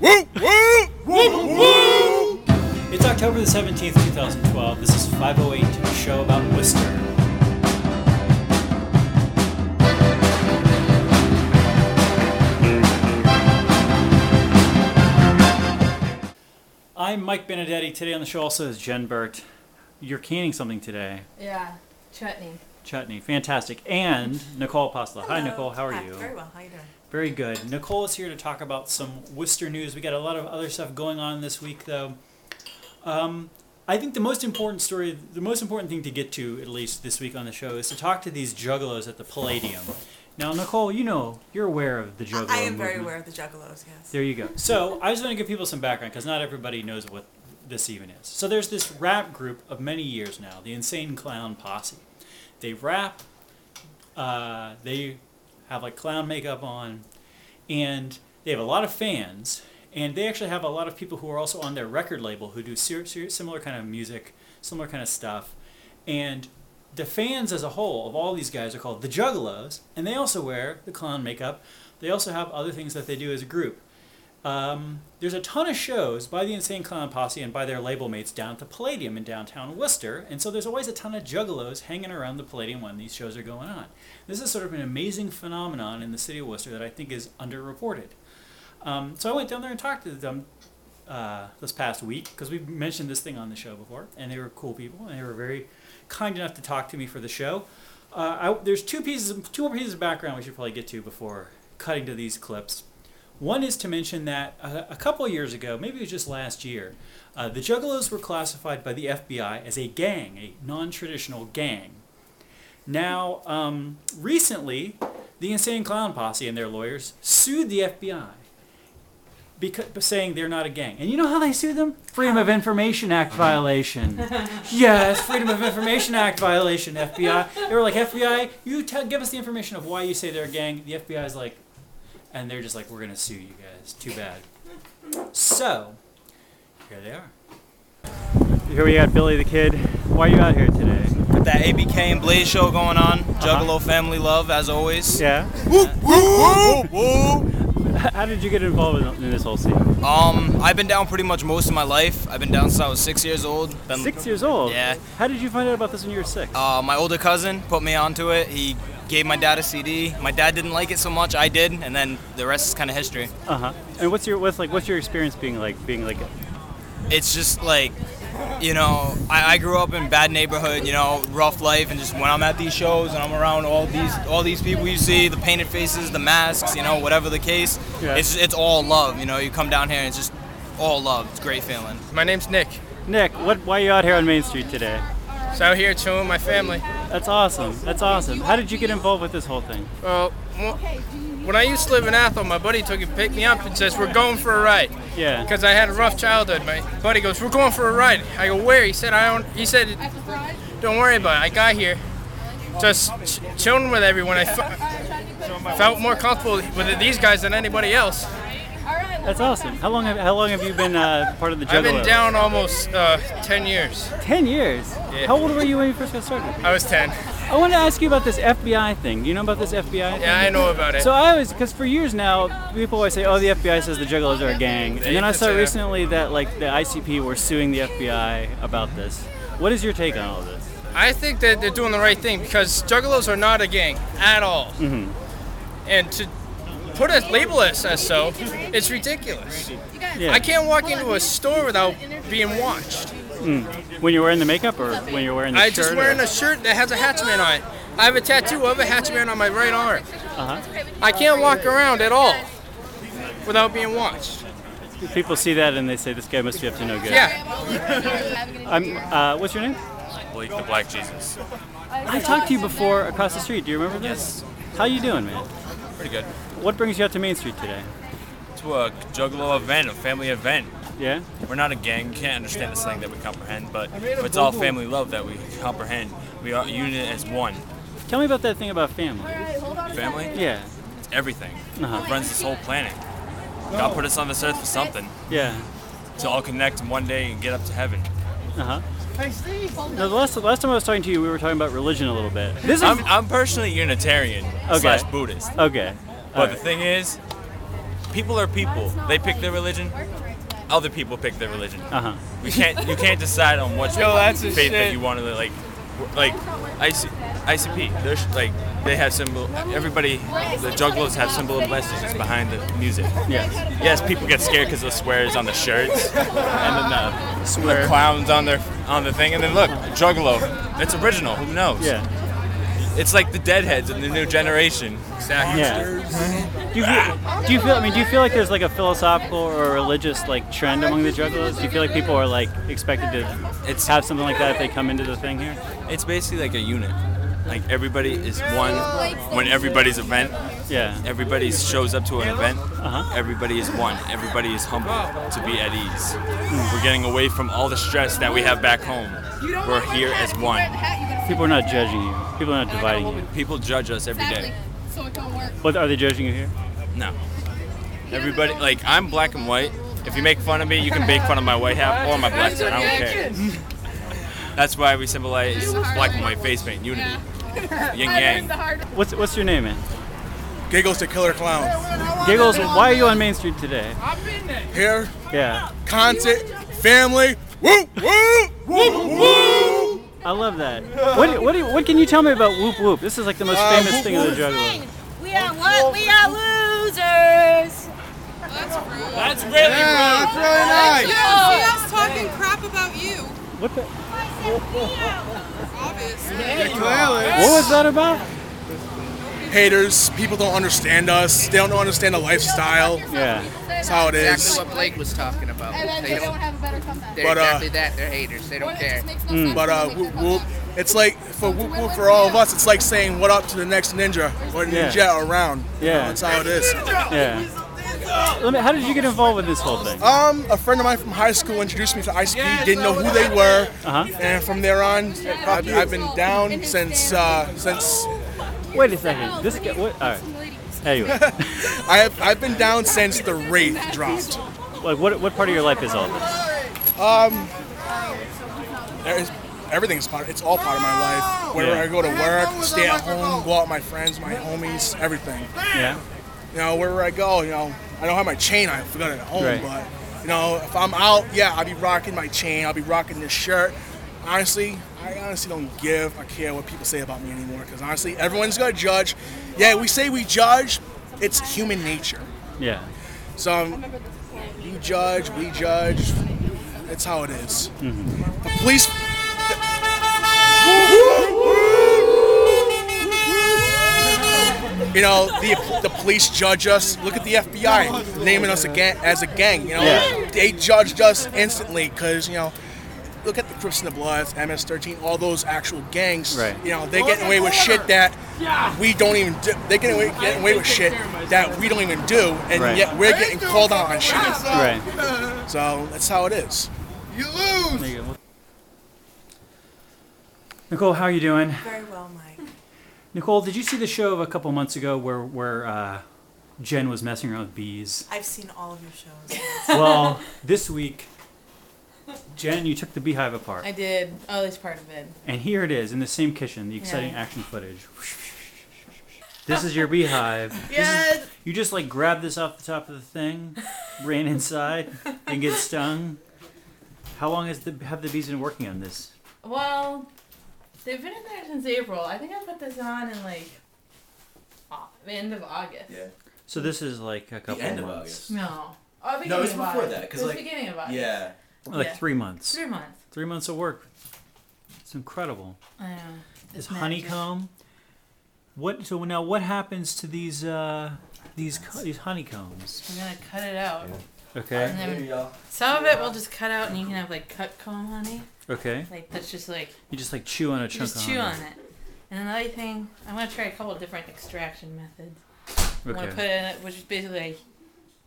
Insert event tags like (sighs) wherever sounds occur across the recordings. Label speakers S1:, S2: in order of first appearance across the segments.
S1: Woo! Woo! Woo! Woo!
S2: It's October the 17th, 2012. This is 508, a show about Worcester. I'm Mike Benedetti. Today on the show also is Jen Burt. You're canning something today.
S3: Yeah, chutney.
S2: Chutney, fantastic. And Nicole Pasta. Hi, Nicole. How are
S4: Hi,
S2: you?
S4: Very well. How you doing?
S2: Very good. Nicole is here to talk about some Worcester news. We got a lot of other stuff going on this week, though. Um, I think the most important story, the most important thing to get to, at least this week on the show, is to talk to these juggalos at the Palladium. Now, Nicole, you know, you're aware of the juggalo
S4: I am very
S2: movement.
S4: aware of the Juggalos. Yes.
S2: There you go. So I just want to give people some background because not everybody knows what this even is. So there's this rap group of many years now, the Insane Clown Posse. They rap. Uh, they have like clown makeup on, and they have a lot of fans. And they actually have a lot of people who are also on their record label who do ser- ser- similar kind of music, similar kind of stuff. And the fans as a whole of all these guys are called the Juggalos, and they also wear the clown makeup. They also have other things that they do as a group. Um, there's a ton of shows by the Insane Clown Posse and by their label mates down at the Palladium in downtown Worcester, and so there's always a ton of juggalos hanging around the Palladium when these shows are going on. This is sort of an amazing phenomenon in the city of Worcester that I think is underreported. Um, so I went down there and talked to them uh, this past week because we've mentioned this thing on the show before, and they were cool people, and they were very kind enough to talk to me for the show. Uh, I, there's two pieces, two more pieces of background we should probably get to before cutting to these clips. One is to mention that a, a couple years ago, maybe it was just last year, uh, the Juggalos were classified by the FBI as a gang, a non-traditional gang. Now, um, recently, the Insane Clown Posse and their lawyers sued the FBI because saying they're not a gang. And you know how they sued them? Freedom of Information Act violation. yes, Freedom of Information Act violation, FBI. They were like, FBI, you tell give us the information of why you say they're a gang. The FBI's like, and they're just like, we're gonna sue you guys. Too bad. So, here they are. Here we got Billy the Kid. Why are you out here today? Uh-huh.
S5: that ABK and Blaze show going on. Juggalo family love, as always.
S2: Yeah. (laughs)
S1: Woo! Woo! Woo!
S2: How did you get involved in, in this whole scene?
S5: Um, I've been down pretty much most of my life. I've been down since I was six years old. Been,
S2: Six years old.
S5: Yeah.
S2: How did you find out about this when you were six?
S5: Uh, my older cousin put me onto it. He gave my dad a CD. My dad didn't like it so much. I did, and then the rest is kind of history.
S2: Uh huh. And what's your what's like what's your experience being like being like
S5: It's just like, you know, I, I grew up in bad neighborhood, you know, rough life, and just when I'm at these shows and I'm around all these all these people you see, the painted faces, the masks, you know, whatever the case,
S2: Yeah.
S5: it's it's all love. You know, you come down here and it's just all love. It's a great feeling.
S6: My name's Nick.
S2: Nick? What why are you out here on Main Street today?
S6: So out here chilling with my family.
S2: That's awesome. That's awesome. How did you get involved with this whole thing?
S6: Well, mo- when I used to live in Athol, my buddy took and picked me up and says, "We're going for a ride."
S2: Yeah.
S6: Because I had a rough childhood. My buddy goes, "We're going for a ride." I go, "Where?" He said, "I don't." He said, "Don't worry about it." I got here, just ch- chilling with everyone. I fe- felt more comfortable with these guys than anybody else.
S2: That's awesome. How long have how long have you been uh, part of the Juggalos?
S6: I've been down almost uh, 10 years.
S2: ten years. How old were you when you first got started?
S6: I was 10.
S2: I want to ask you about this FBI thing. Do you know about this FBI?
S6: Yeah, I know about it.
S2: So I always, because for years now, people always say, "Oh, the FBI says the Juggalos are a gang," and then I
S6: can
S2: saw
S6: say that.
S2: recently that like the ICP were suing the FBI about this. What is your take on all of this?
S6: I think that they're doing the right thing because Juggalos are not a gang at all.
S2: Mm-hmm.
S6: And to put a label us as so, it's ridiculous.
S2: Yeah.
S6: I can't walk into a store without being watched.
S2: Mm. When you're wearing the makeup or when you're wearing the
S6: I
S2: shirt?
S6: just wearing a shirt that has a Hatchman on it. I have a tattoo of a Hatchman on my right arm.
S2: Uh-huh.
S6: I can't walk around at all without being watched.
S2: a... People see that and they say, this guy must be up to no good.
S6: Yeah,
S2: I'm, uh, what's your name?
S7: Blake the Black Jesus.
S2: I talked to you before across the street. Do you remember this? How you doing, man?
S7: Pretty good.
S2: What brings you out to Main Street today?
S7: To a juggalo event, a family event.
S2: Yeah?
S7: We're not a gang. We can't understand this thing that we comprehend, but it's all family love that we comprehend. We are a unit as one.
S2: Tell me about that thing about family.
S7: Family,
S2: Yeah.
S7: it's everything.
S2: Uh-huh.
S7: It runs this whole planet. God put us on this earth for something
S2: Yeah.
S7: to all connect in one day and get up to heaven.
S2: Uh-huh. Now, the last, the last time I was talking to you, we were talking about religion a little bit. This is...
S7: I'm, I'm personally Unitarian slash Buddhist,
S2: Okay.
S7: but
S2: All
S7: the
S2: right.
S7: thing is, people are people. They pick their religion. Other people pick their religion.
S2: Uh-huh.
S7: You can't you can't decide on
S6: (laughs)
S7: what
S6: Yo, that's the
S7: faith
S6: shit.
S7: that you want to like like IC, ICP. There's like they have symbol. Everybody the jugglers have symbol of blessings behind the music.
S2: Yes.
S7: Yes, people get scared because the swears on the (laughs) shirts and then
S2: uh,
S7: the, the clowns on their on the thing. And then look, juggalo. It's original. Who knows?
S2: Yeah.
S7: It's like the Deadheads in the new generation.
S6: Exactly.
S2: Yeah. Do you, feel, do you feel? I mean, do you feel like there's like a philosophical or religious like trend among the jugglers? Do you feel like people are like expected to
S7: It's
S2: have something like that if they come into the thing here?
S7: it's basically like a unit. Like everybody is one. When everybody's event,
S2: Yeah.
S7: everybody shows up to an event.
S2: Uh-huh.
S7: Everybody is one. Everybody is humble to be at ease. We're getting away from all the stress that we have back home. We're here as one.
S2: People are not judging you. People are not dividing you.
S7: People judge us every day.
S3: So it don't work.
S2: What are they judging you here?
S7: No. Everybody, like, I'm black and white. If you make fun of me, you can make fun of my white hat or my black hat. I don't care. That's why we symbolize black and white face paint, unity,
S3: (laughs)
S7: yin yang.
S2: What's What's your name, man?
S1: Giggles the killer clown.
S2: (laughs) Giggles. Why are you on Main Street today?
S1: Here,
S2: Yeah.
S1: content, family. Woo, woo, woo, woo.
S2: I love that. What What do you- What can you tell me about Whoop Whoop? This is like the most famous thing of the juggler.
S4: We are what? We are losers. Oh,
S7: That's really
S1: Yeah, it's really nice.
S3: Yeah, see us talking crap about you,
S2: What the,
S3: obviously.
S2: What was that about?
S1: Haters, people don't understand us. They don't understand the lifestyle.
S2: Yeah.
S1: That's how it
S8: Exactly
S1: is.
S8: what Blake was talking about.
S3: And then
S8: They
S3: they don't
S8: don't,
S3: have a better comeback.
S8: they're
S1: But, uh,
S8: exactly that. They're haters. They don't
S3: Or it
S8: care.
S3: just makes no sense
S1: But
S3: when
S1: uh,
S3: they make
S1: whoop
S3: their
S1: whoop,
S3: comeback.
S1: it's like for whoop whoop for all of us, it's like saying what up to the next ninja or
S2: Yeah.
S1: ninja around. You know,
S2: Yeah.
S1: that's how it is.
S2: Yeah. Let me, how did you get involved with this whole thing?
S1: Um, a friend of mine from high school introduced me to Ice Cube. Didn't know who they were,
S2: Uh-huh.
S1: and from there on, I've, I've been down since uh, since
S2: Wait a second. This guy. What? All right. Anyway,
S1: (laughs) I have I've been down since the Wraith dropped.
S2: like what what part of your life is all this?
S1: Um, There is- everything's part. It's all part of my life. Wherever
S2: Yeah.
S1: I go to work, stay at home, go out with my friends, my homies, everything.
S2: Yeah.
S1: You know, wherever I go, you know, I don't have my chain. I forgot it at home,
S2: Right.
S1: but you know, if I'm out, yeah, I'll be rocking my chain. I'll be rocking this shirt. Honestly, I honestly don't give a care what people say about me anymore. Because honestly, everyone's gonna judge. Yeah, we say we judge. It's human nature.
S2: Yeah.
S1: So um, you judge, we judge. That's how it is.
S2: Mm-hmm.
S1: The police. You know, the, the police judge us. Look at the FBI naming us again as a gang. You know,
S2: Yeah.
S1: they judged us instantly because you know, look at the Crips and the Bloods, MS-13, all those actual gangs.
S2: Right.
S1: You know, they getting away with shit that we don't even. Do, they getting away getting away with shit that we don't even do, and
S2: Right.
S1: yet we're getting called out on shit.
S2: Right.
S1: So that's how it is.
S2: There you go. Nicole, how are you doing?
S9: Very well,
S2: (laughs)
S9: Mike.
S2: Nicole, did you see the show of a couple months ago where where uh, Jen was messing around
S9: (laughs)
S2: with bees?
S9: I've seen all of your shows.
S2: (laughs) Well, this week, Jen, you took the beehive apart,
S9: I did. Oh, that's part of it.
S2: and here it is in the same kitchen. The exciting
S9: Yeah.
S2: action footage. This is
S9: (laughs)
S2: your beehive. This is-
S9: Yes.
S2: You just like grab this off the top of the thing, ran inside, and get stung. How long has the have the bees been working on this?
S9: Well, they've been in there since April. I think I put this on in like au- the end of August. Yeah.
S2: So this is like a couple
S10: end of
S2: months,
S9: No. Oh, beginning
S10: No, it's
S9: of
S10: before
S9: August.
S10: that, 'cause,
S9: It was
S10: like-
S9: beginning of August.
S10: Yeah.
S2: like
S9: Yeah.
S2: three months,
S9: Three months.
S2: three months of work. It's incredible.
S9: I know.
S2: This
S9: magic.
S2: honeycomb. What so now? What happens to these uh these co- these honeycombs?
S9: We're gonna cut it out.
S2: Okay,
S9: And then some of it we'll just cut out, and you can have like cut comb honey.
S2: okay.
S9: Like that's just like
S2: You just like chew on a
S9: you
S2: chunk.
S9: just chew on
S2: of
S9: it. And another thing, I'm gonna try a couple different extraction methods.
S2: honey.
S9: I'm gonna
S2: Okay.
S9: put it in it, which is basically like,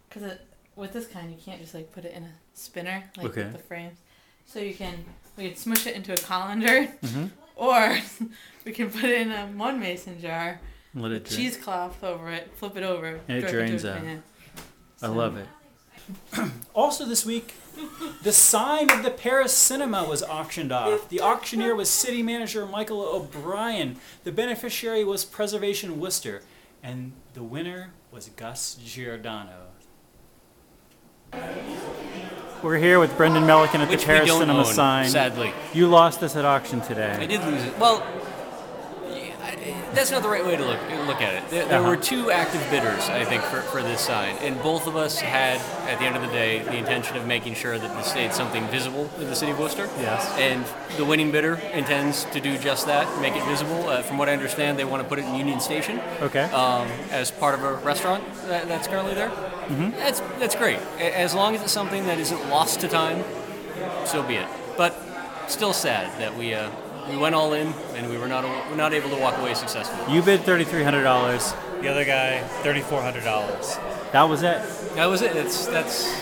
S9: because with this kind you can't just like put it in a spinner like
S2: Okay.
S9: with the frames. So you can we can smush it into a colander,
S2: Mm-hmm.
S9: (laughs) or we can put it in a one mason jar,
S2: And Let it
S9: with
S2: drip.
S9: cheesecloth over it, flip it over,
S2: And it
S9: drip into
S2: drains
S9: a
S2: out.
S9: pan.
S2: I
S9: So-
S2: love it. (clears throat) also, this week, the sign of the Paris cinema was auctioned off. The auctioneer was city manager Michael O'Brien. The beneficiary was Preservation Worcester. And the winner was Gus Giordano, We're here with Brendan Mellican at
S10: Which
S2: the
S10: we
S2: Paris
S10: don't
S2: Cinema
S10: own,
S2: sign.
S10: sadly.
S2: you lost this at auction today.
S10: I did lose it. Well, yeah, I- that's not the right way to look look at it. There, there
S2: Uh-huh.
S10: were two active bidders, I think, for, for this sign, and both of us had, at the end of the day, the intention of making sure that this stayed something visible in the city of Worcester.
S2: Yes.
S10: And the winning bidder intends to do just that, make it visible. Uh, from what I understand, they want to put it in Union Station.
S2: Okay.
S10: Um, as part of a restaurant that, that's currently there.
S2: Mhm.
S10: That's that's great. A- As long as it's something that isn't lost to time, so be it. But still sad that we uh, we went all in and we were not a- not able to walk away successfully.
S2: You bid thirty three hundred dollars.
S10: The other guy, thirty four hundred dollars.
S2: That was it.
S10: That was it. That's that's.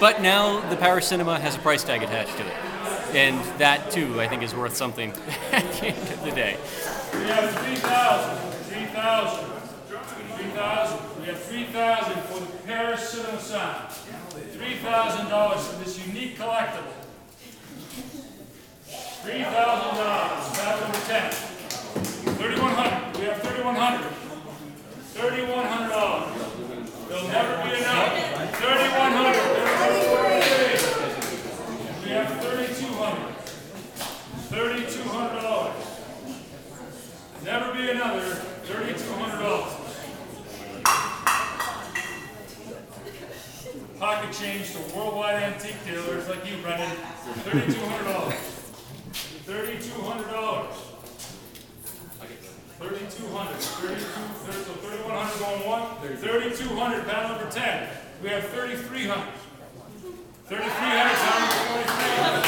S10: But now the Paris Cinema has a price tag attached to it, and that too I think is worth something (laughs) at the end of the day.
S11: We have 3,000, 3,000, 3,000. We have 3,000 for the Paris Cinema sign. $3,000 for this unique collectible. $3,000, tab number 10. 3,100, we have 3,100. $3,100. There'll never be enough. 3,100. We have 3,200. $3,200. Never be another thirty-two hundred dollars. Pocket change to worldwide antique dealers like you, Brendan. Thirty-two hundred dollars. Thirty-two hundred dollars. Thirty-two hundred. Thirty-two. thirty- So thirty-one hundred going one. Thirty-two hundred. Battle number ten. We have thirty-three hundred. Thirty-three hundred down to forty-three hundred.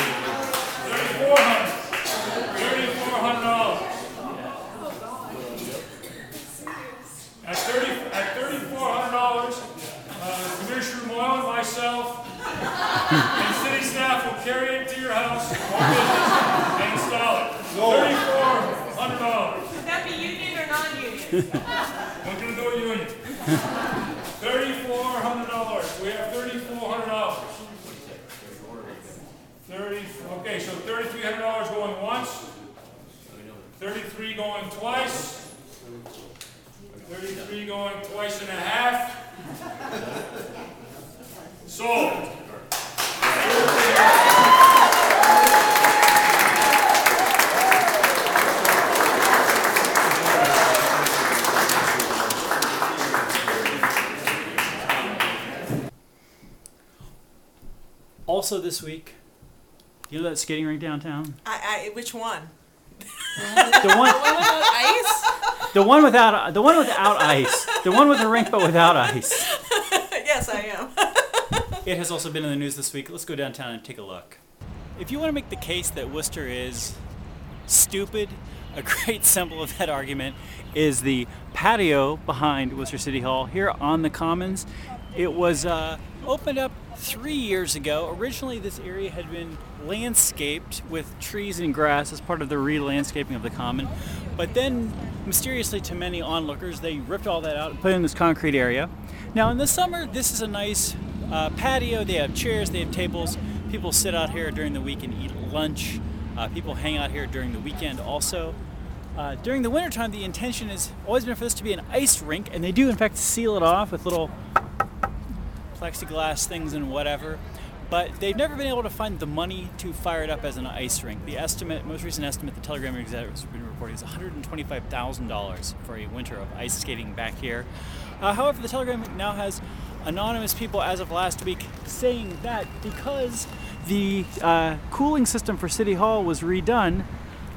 S11: Thirty-four hundred. Thirty-four hundred dollars. At thirty, at thirty-four hundred dollars, uh, Commissioner Moyle and myself (laughs) and city staff will carry it to your house, our business, and install it. Thirty-four hundred dollars.
S9: Would that be union or non-union?
S11: (laughs) We're gonna do a union. Thirty-four hundred dollars. We have thirty-four hundred dollars. Thirty, okay, so thirty-three hundred dollars going once, thirty-three going twice, thirty-three going twice and a half. Sold.
S2: Also this week, you know that skating rink downtown?
S12: I, I, which one? (laughs)
S2: The one-
S12: without ice?
S2: The one without the one without ice. The one with a rink but without ice.
S12: (laughs) yes, I am.
S2: (laughs) It has also been in the news this week. Let's go downtown and take a look. If you want to make the case that Worcester is stupid, a (laughs) great symbol of that argument is the patio behind Worcester City Hall here on the Commons. It was uh, opened up three years ago. Originally, this area had been landscaped with trees and grass as part of the re landscaping of the Common. But then, mysteriously to many onlookers, they ripped all that out and put in this concrete area. Now, in the summer, this is a nice uh, patio. They have chairs, they have tables. People sit out here during the week and eat lunch. Uh, people hang out here during the weekend also. Uh, during the wintertime, the intention has always been for this to be an ice rink, and they do, in fact, seal it off with little plexiglass things and whatever. But they've never been able to find the money to fire it up as an ice rink. The estimate, most recent estimate, the Telegram Gazette has been reporting is $125,000 for a winter of ice skating back here. Uh, however, the Telegram now has anonymous people as of last week saying that because the uh, cooling system for City Hall was redone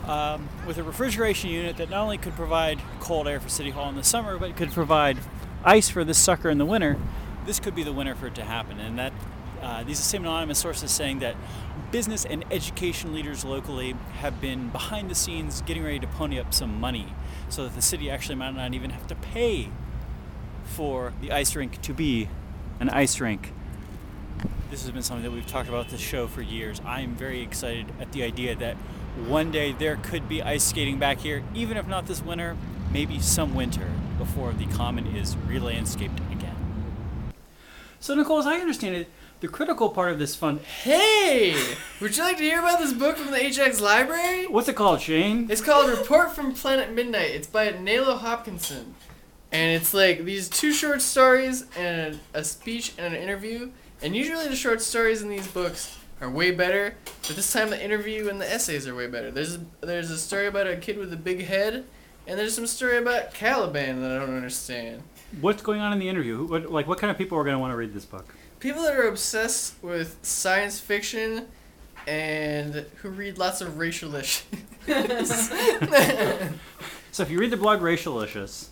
S2: um, with a refrigeration unit that not only could provide cold air for City Hall in the summer, but could provide ice for this sucker in the winter, this could be the winter for it to happen. And that uh, these are same anonymous sources saying that business and education leaders locally have been behind the scenes getting ready to pony up some money so that the city actually might not even have to pay for the ice rink to be an ice rink. This has been something that we've talked about this show for years. I am very excited at the idea that one day there could be ice skating back here, even if not this winter, maybe some winter before the common is re-landscaped again. So, Nicole, as I understand it, the critical part of this fund. Hey!
S13: Would you like to hear about this book from the HX Library?
S2: What's it called, Shane?
S13: It's called Report from Planet Midnight. It's by Nalo Hopkinson. And it's like these two short stories and a speech and an interview. And usually the short stories in these books are way better, but this time the interview and the essays are way better. There's a, there's a story about a kid with a big head, and there's some story about Caliban that I don't understand.
S2: What's going on in the interview? Who- What, like, what kind of people are going to want to read this book?
S13: People that are obsessed with science fiction and who read lots of racial
S2: (laughs)
S13: issues.
S2: So if you read the blog Racialicious,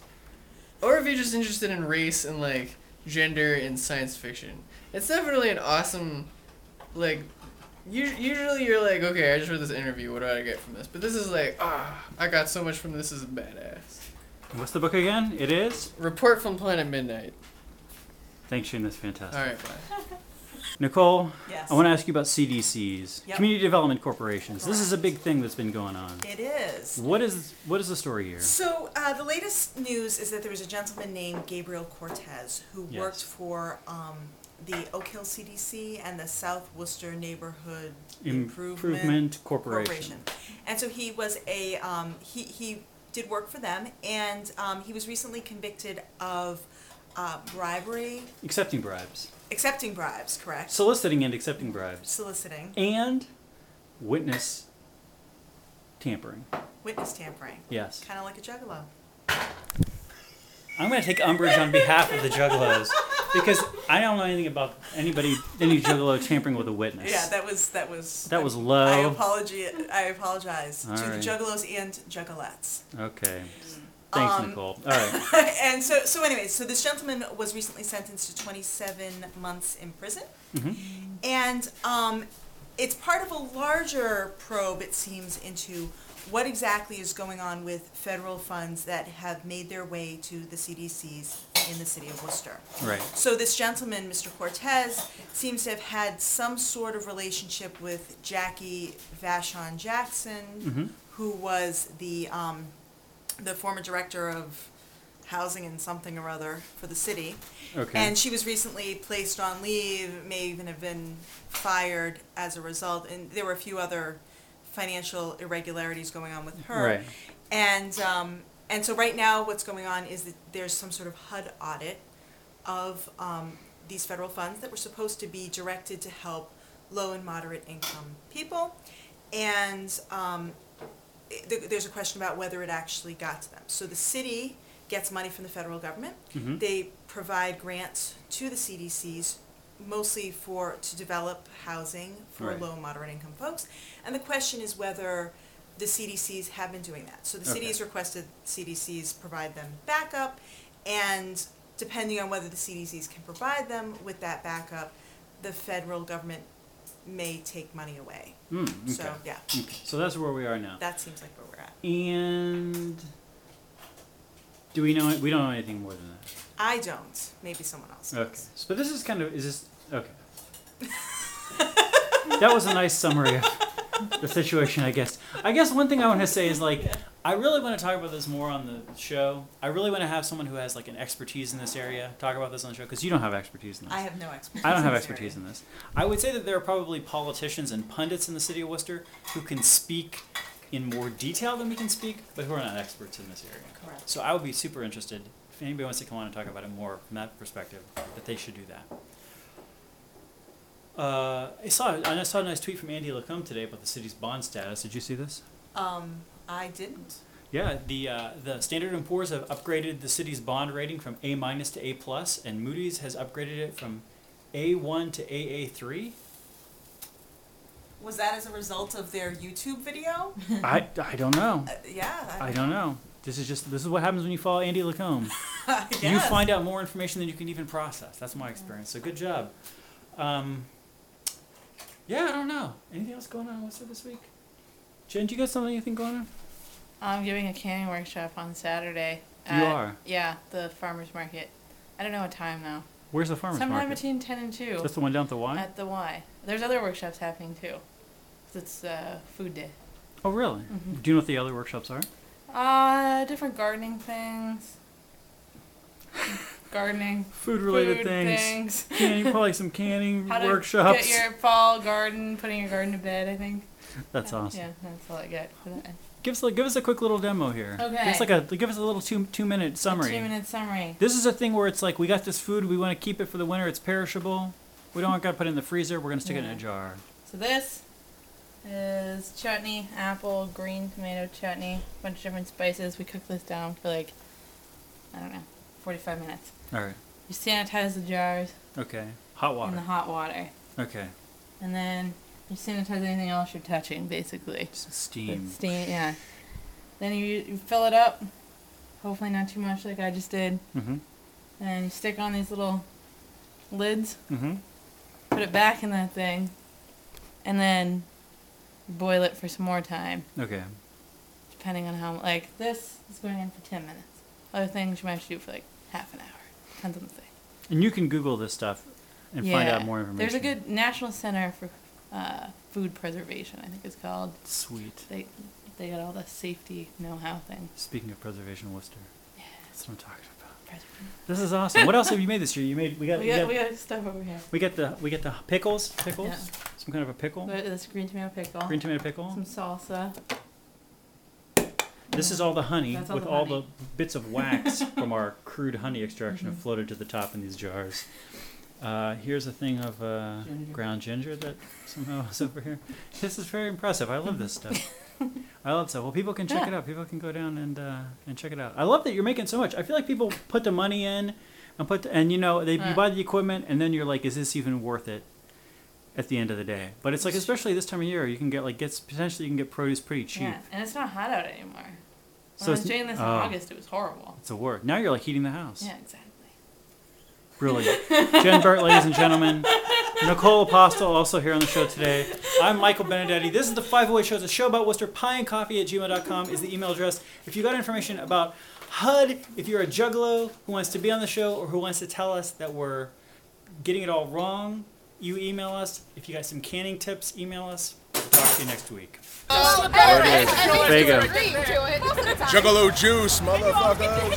S13: or if you're just interested in race and like gender and science fiction it's definitely an awesome like us- usually you're like okay i just read this interview what do i get from this but this is like ah i got so much from this this is badass
S2: what's the book again? It is.
S13: report from planet midnight
S2: Thanks, Shane. That's fantastic.
S13: all right bye
S2: Nicole,
S12: Yes.
S2: I want to ask you about CDCs,
S12: Yep.
S2: community development corporations. This is a big thing that's been going on.
S12: It is.
S2: What is what is the story here?
S12: So uh, the latest news is that there was a gentleman named Gabriel Cortez who
S2: Yes.
S12: worked for um, the Oak Hill CDC and the South Worcester Neighborhood Improvement,
S2: Improvement Corporation.
S12: And so he was a um, he he did work for them, and um, he was recently convicted of uh, bribery,
S2: Accepting bribes,
S12: accepting bribes, correct?
S2: soliciting and accepting bribes,
S12: soliciting,
S2: and witness tampering.
S12: witness tampering.
S2: Yes.
S12: Kind of like a juggalo.
S2: I'm going to take umbrage on behalf of the Juggalos because I don't know anything about anybody any Juggalo tampering with a witness.
S12: Yeah, that was that was
S2: That was
S12: I
S2: low.
S12: apology. I apologize
S2: All
S12: to
S2: right.
S12: the juggalos and juggalettes.
S2: Okay. Thanks,
S12: Um,
S2: Nicole. All right.
S12: (laughs) and so, so anyway, so this gentleman was recently sentenced to 27 months in prison,
S2: Mhm.
S12: and um, it's part of a larger probe, it seems, into what exactly is going on with federal funds that have made their way to the CDCs in the city of Worcester.
S2: Right.
S12: So this gentleman, Mr. Cortez, seems to have had some sort of relationship with Jackie Vashon Jackson,
S2: Mhm.
S12: who was the um, the former director of housing and something or other for the city.
S2: Okay.
S12: And she was recently placed on leave, may even have been fired as a result. And there were a few other financial irregularities going on with her.
S2: Right.
S12: And um, and so right now, what's going on is that there's some sort of HUD audit of um, these federal funds that were supposed to be directed to help low and moderate income people, and um, it- th- there's a question about whether it actually got to them. So the city gets money from the federal government.
S2: Mhm.
S12: They provide grants to the CDCs, mostly for to develop housing for
S2: Right.
S12: low and moderate income folks. And the question is whether the CDCs have been doing that. So the city
S2: Okay.
S12: has requested CDCs provide them backup, and depending on whether the CDCs can provide them with that backup, the federal government may take money away.
S2: Mm,
S12: So
S2: okay.
S12: yeah,
S2: Okay. So that's where we are now.
S12: that seems like where we're at.
S2: And do we know? We don't know anything more than that.
S12: I don't. Maybe someone else.
S2: Okay. So but this is kind of is this okay? that was a nice summary of the situation, I guess. I guess one thing I want to say is like I really want to talk about this more on the show. I really want to have someone who has like an expertise in this area talk about this on the show because you don't have expertise in this.
S12: I have no expertise.
S2: I don't have
S12: in this
S2: expertise
S12: area.
S2: in this. I would say that there are probably politicians and pundits in the city of Worcester who can speak in more detail than we can speak, but who are not experts in this area.
S12: Correct.
S2: So I would be super interested if anybody wants to come on and talk about it more from that perspective, that they should do that. Uh, I saw and I saw a nice tweet from Andy Lacombe today about the city's bond status. Did you see this?
S12: Um, I didn't.
S2: Yeah, the uh, the Standard and Poor's have upgraded the city's bond rating from A minus to A plus, and Moody's has upgraded it from A one to AA three.
S12: Was that as a result of their YouTube video?
S2: I, I don't know.
S12: Uh, yeah.
S2: I don't know. This is just this is what happens when you follow Andy
S9: (laughs)
S2: Lacombe.
S12: I
S2: You
S12: guess.
S2: find out more information than you can even process. That's my experience. So good job. Um, yeah, I don't know. Anything else going on? What's up this week? Jen, do you got something anything going on?
S9: I'm giving a canning workshop on Saturday.
S2: You are?
S9: Yeah, the farmers market. I don't know what time though.
S2: Where's the farmers
S9: Sometime
S2: market?
S9: between ten and two.
S2: That's the one down at the Y?
S9: At the Y. There's other workshops happening too. 'Cause It's uh, food
S2: (sighs)
S9: day.
S2: Oh really?
S9: Mhm.
S2: Do you know what the other workshops are?
S9: Uh, different gardening things. gardening.
S2: (laughs) Food related things. (laughs) Canning, probably some canning
S9: How to
S2: workshops.
S9: get your fall garden, putting your garden to bed. I think. Uh,
S2: That's awesome.
S9: Yeah, that's all I got for that.
S2: Give us a, give us a quick little demo here. Give
S9: Okay.
S2: us like a give us a little two two minute summary.
S9: Two minute summary.
S2: This is a thing where it's like we got this food, we want to keep it for the winter. It's perishable. We don't got to put it in the freezer. We're gonna stick it in a jar.
S9: So this is chutney, apple, green tomato chutney, bunch of different spices. We cook this down for like I don't know, 45 minutes.
S2: All right.
S9: You sanitize the jars
S2: Okay. Hot
S9: in
S2: water.
S9: the hot water,
S2: Okay.
S9: and then you sanitize anything else you're touching, basically.
S2: steam.
S9: With steam, yeah. Then you, you fill it up. Hopefully not too much, like I just did.
S2: Mm-hmm.
S9: And you stick on these little lids.
S2: Mm-hmm.
S9: put it back in that thing, and then boil it for some more time,
S2: Okay.
S9: depending on how. Like this is going in for ten minutes. Other things you might have to do for like half an hour. Depends on the thing.
S2: And you can Google this stuff and find out more information.
S9: There's a good National Center for uh, Food Preservation, I think it's called.
S2: Sweet.
S9: They they got all the safety know-how thing.
S2: Speaking of preservation, Worcester. Yeah. That's what I'm talking about. This is awesome. What else have you made this year? You made we got
S9: we
S2: you
S9: got,
S2: got-
S9: we got stuff over here.
S2: we got the we got the pickles pickles
S9: Yeah.
S2: some kind of a pickle.
S9: But This green tomato pickle.
S2: Green tomato pickle.
S9: Some salsa.
S2: This is all the honey
S9: That's all
S2: with
S9: the
S2: all
S9: honey. Mm-hmm.
S2: the bits
S9: (laughs)
S2: of wax from our crude honey extraction floated to the top in these jars. Uh, here's a thing of uh, ground ginger that somehow (laughs) is over here. This is very impressive. I love
S9: (laughs)
S2: this stuff. I love stuff. Well, people can check it
S10: Yeah.
S2: out. People can go down and uh, and check it out. I love that you're making so much. I feel like people put the money in and put the, and you know they you
S10: Uh.
S2: buy the equipment and then you're like, is this even worth it? At the end of the day, but it's like especially this time of year, you can get like gets potentially you can get produce pretty cheap.
S9: Yeah, and it's not hot out anymore. When
S2: So
S9: I was
S2: it's-
S9: doing this in
S2: oh.
S9: August, it was horrible.
S2: It's a work. Now you're like heating the house.
S9: Yeah, exactly.
S2: Brilliant. Jen Burt, ladies and gentlemen. Nicole Apostle, also here on the show today. I'm Michael Benedetti. This is the 508 Show. It's a show about Worcester. Pie and coffee at gmail.com is the email address. If you got information about HUD, if you're a juggalo who wants to be on the show or who wants to tell us that we're getting it all wrong, you email us. If you got some canning tips, email us. We'll talk to you next week.
S1: There it is. There you go.
S4: Agreeing to it.
S1: Juggalo juice, motherfuckers.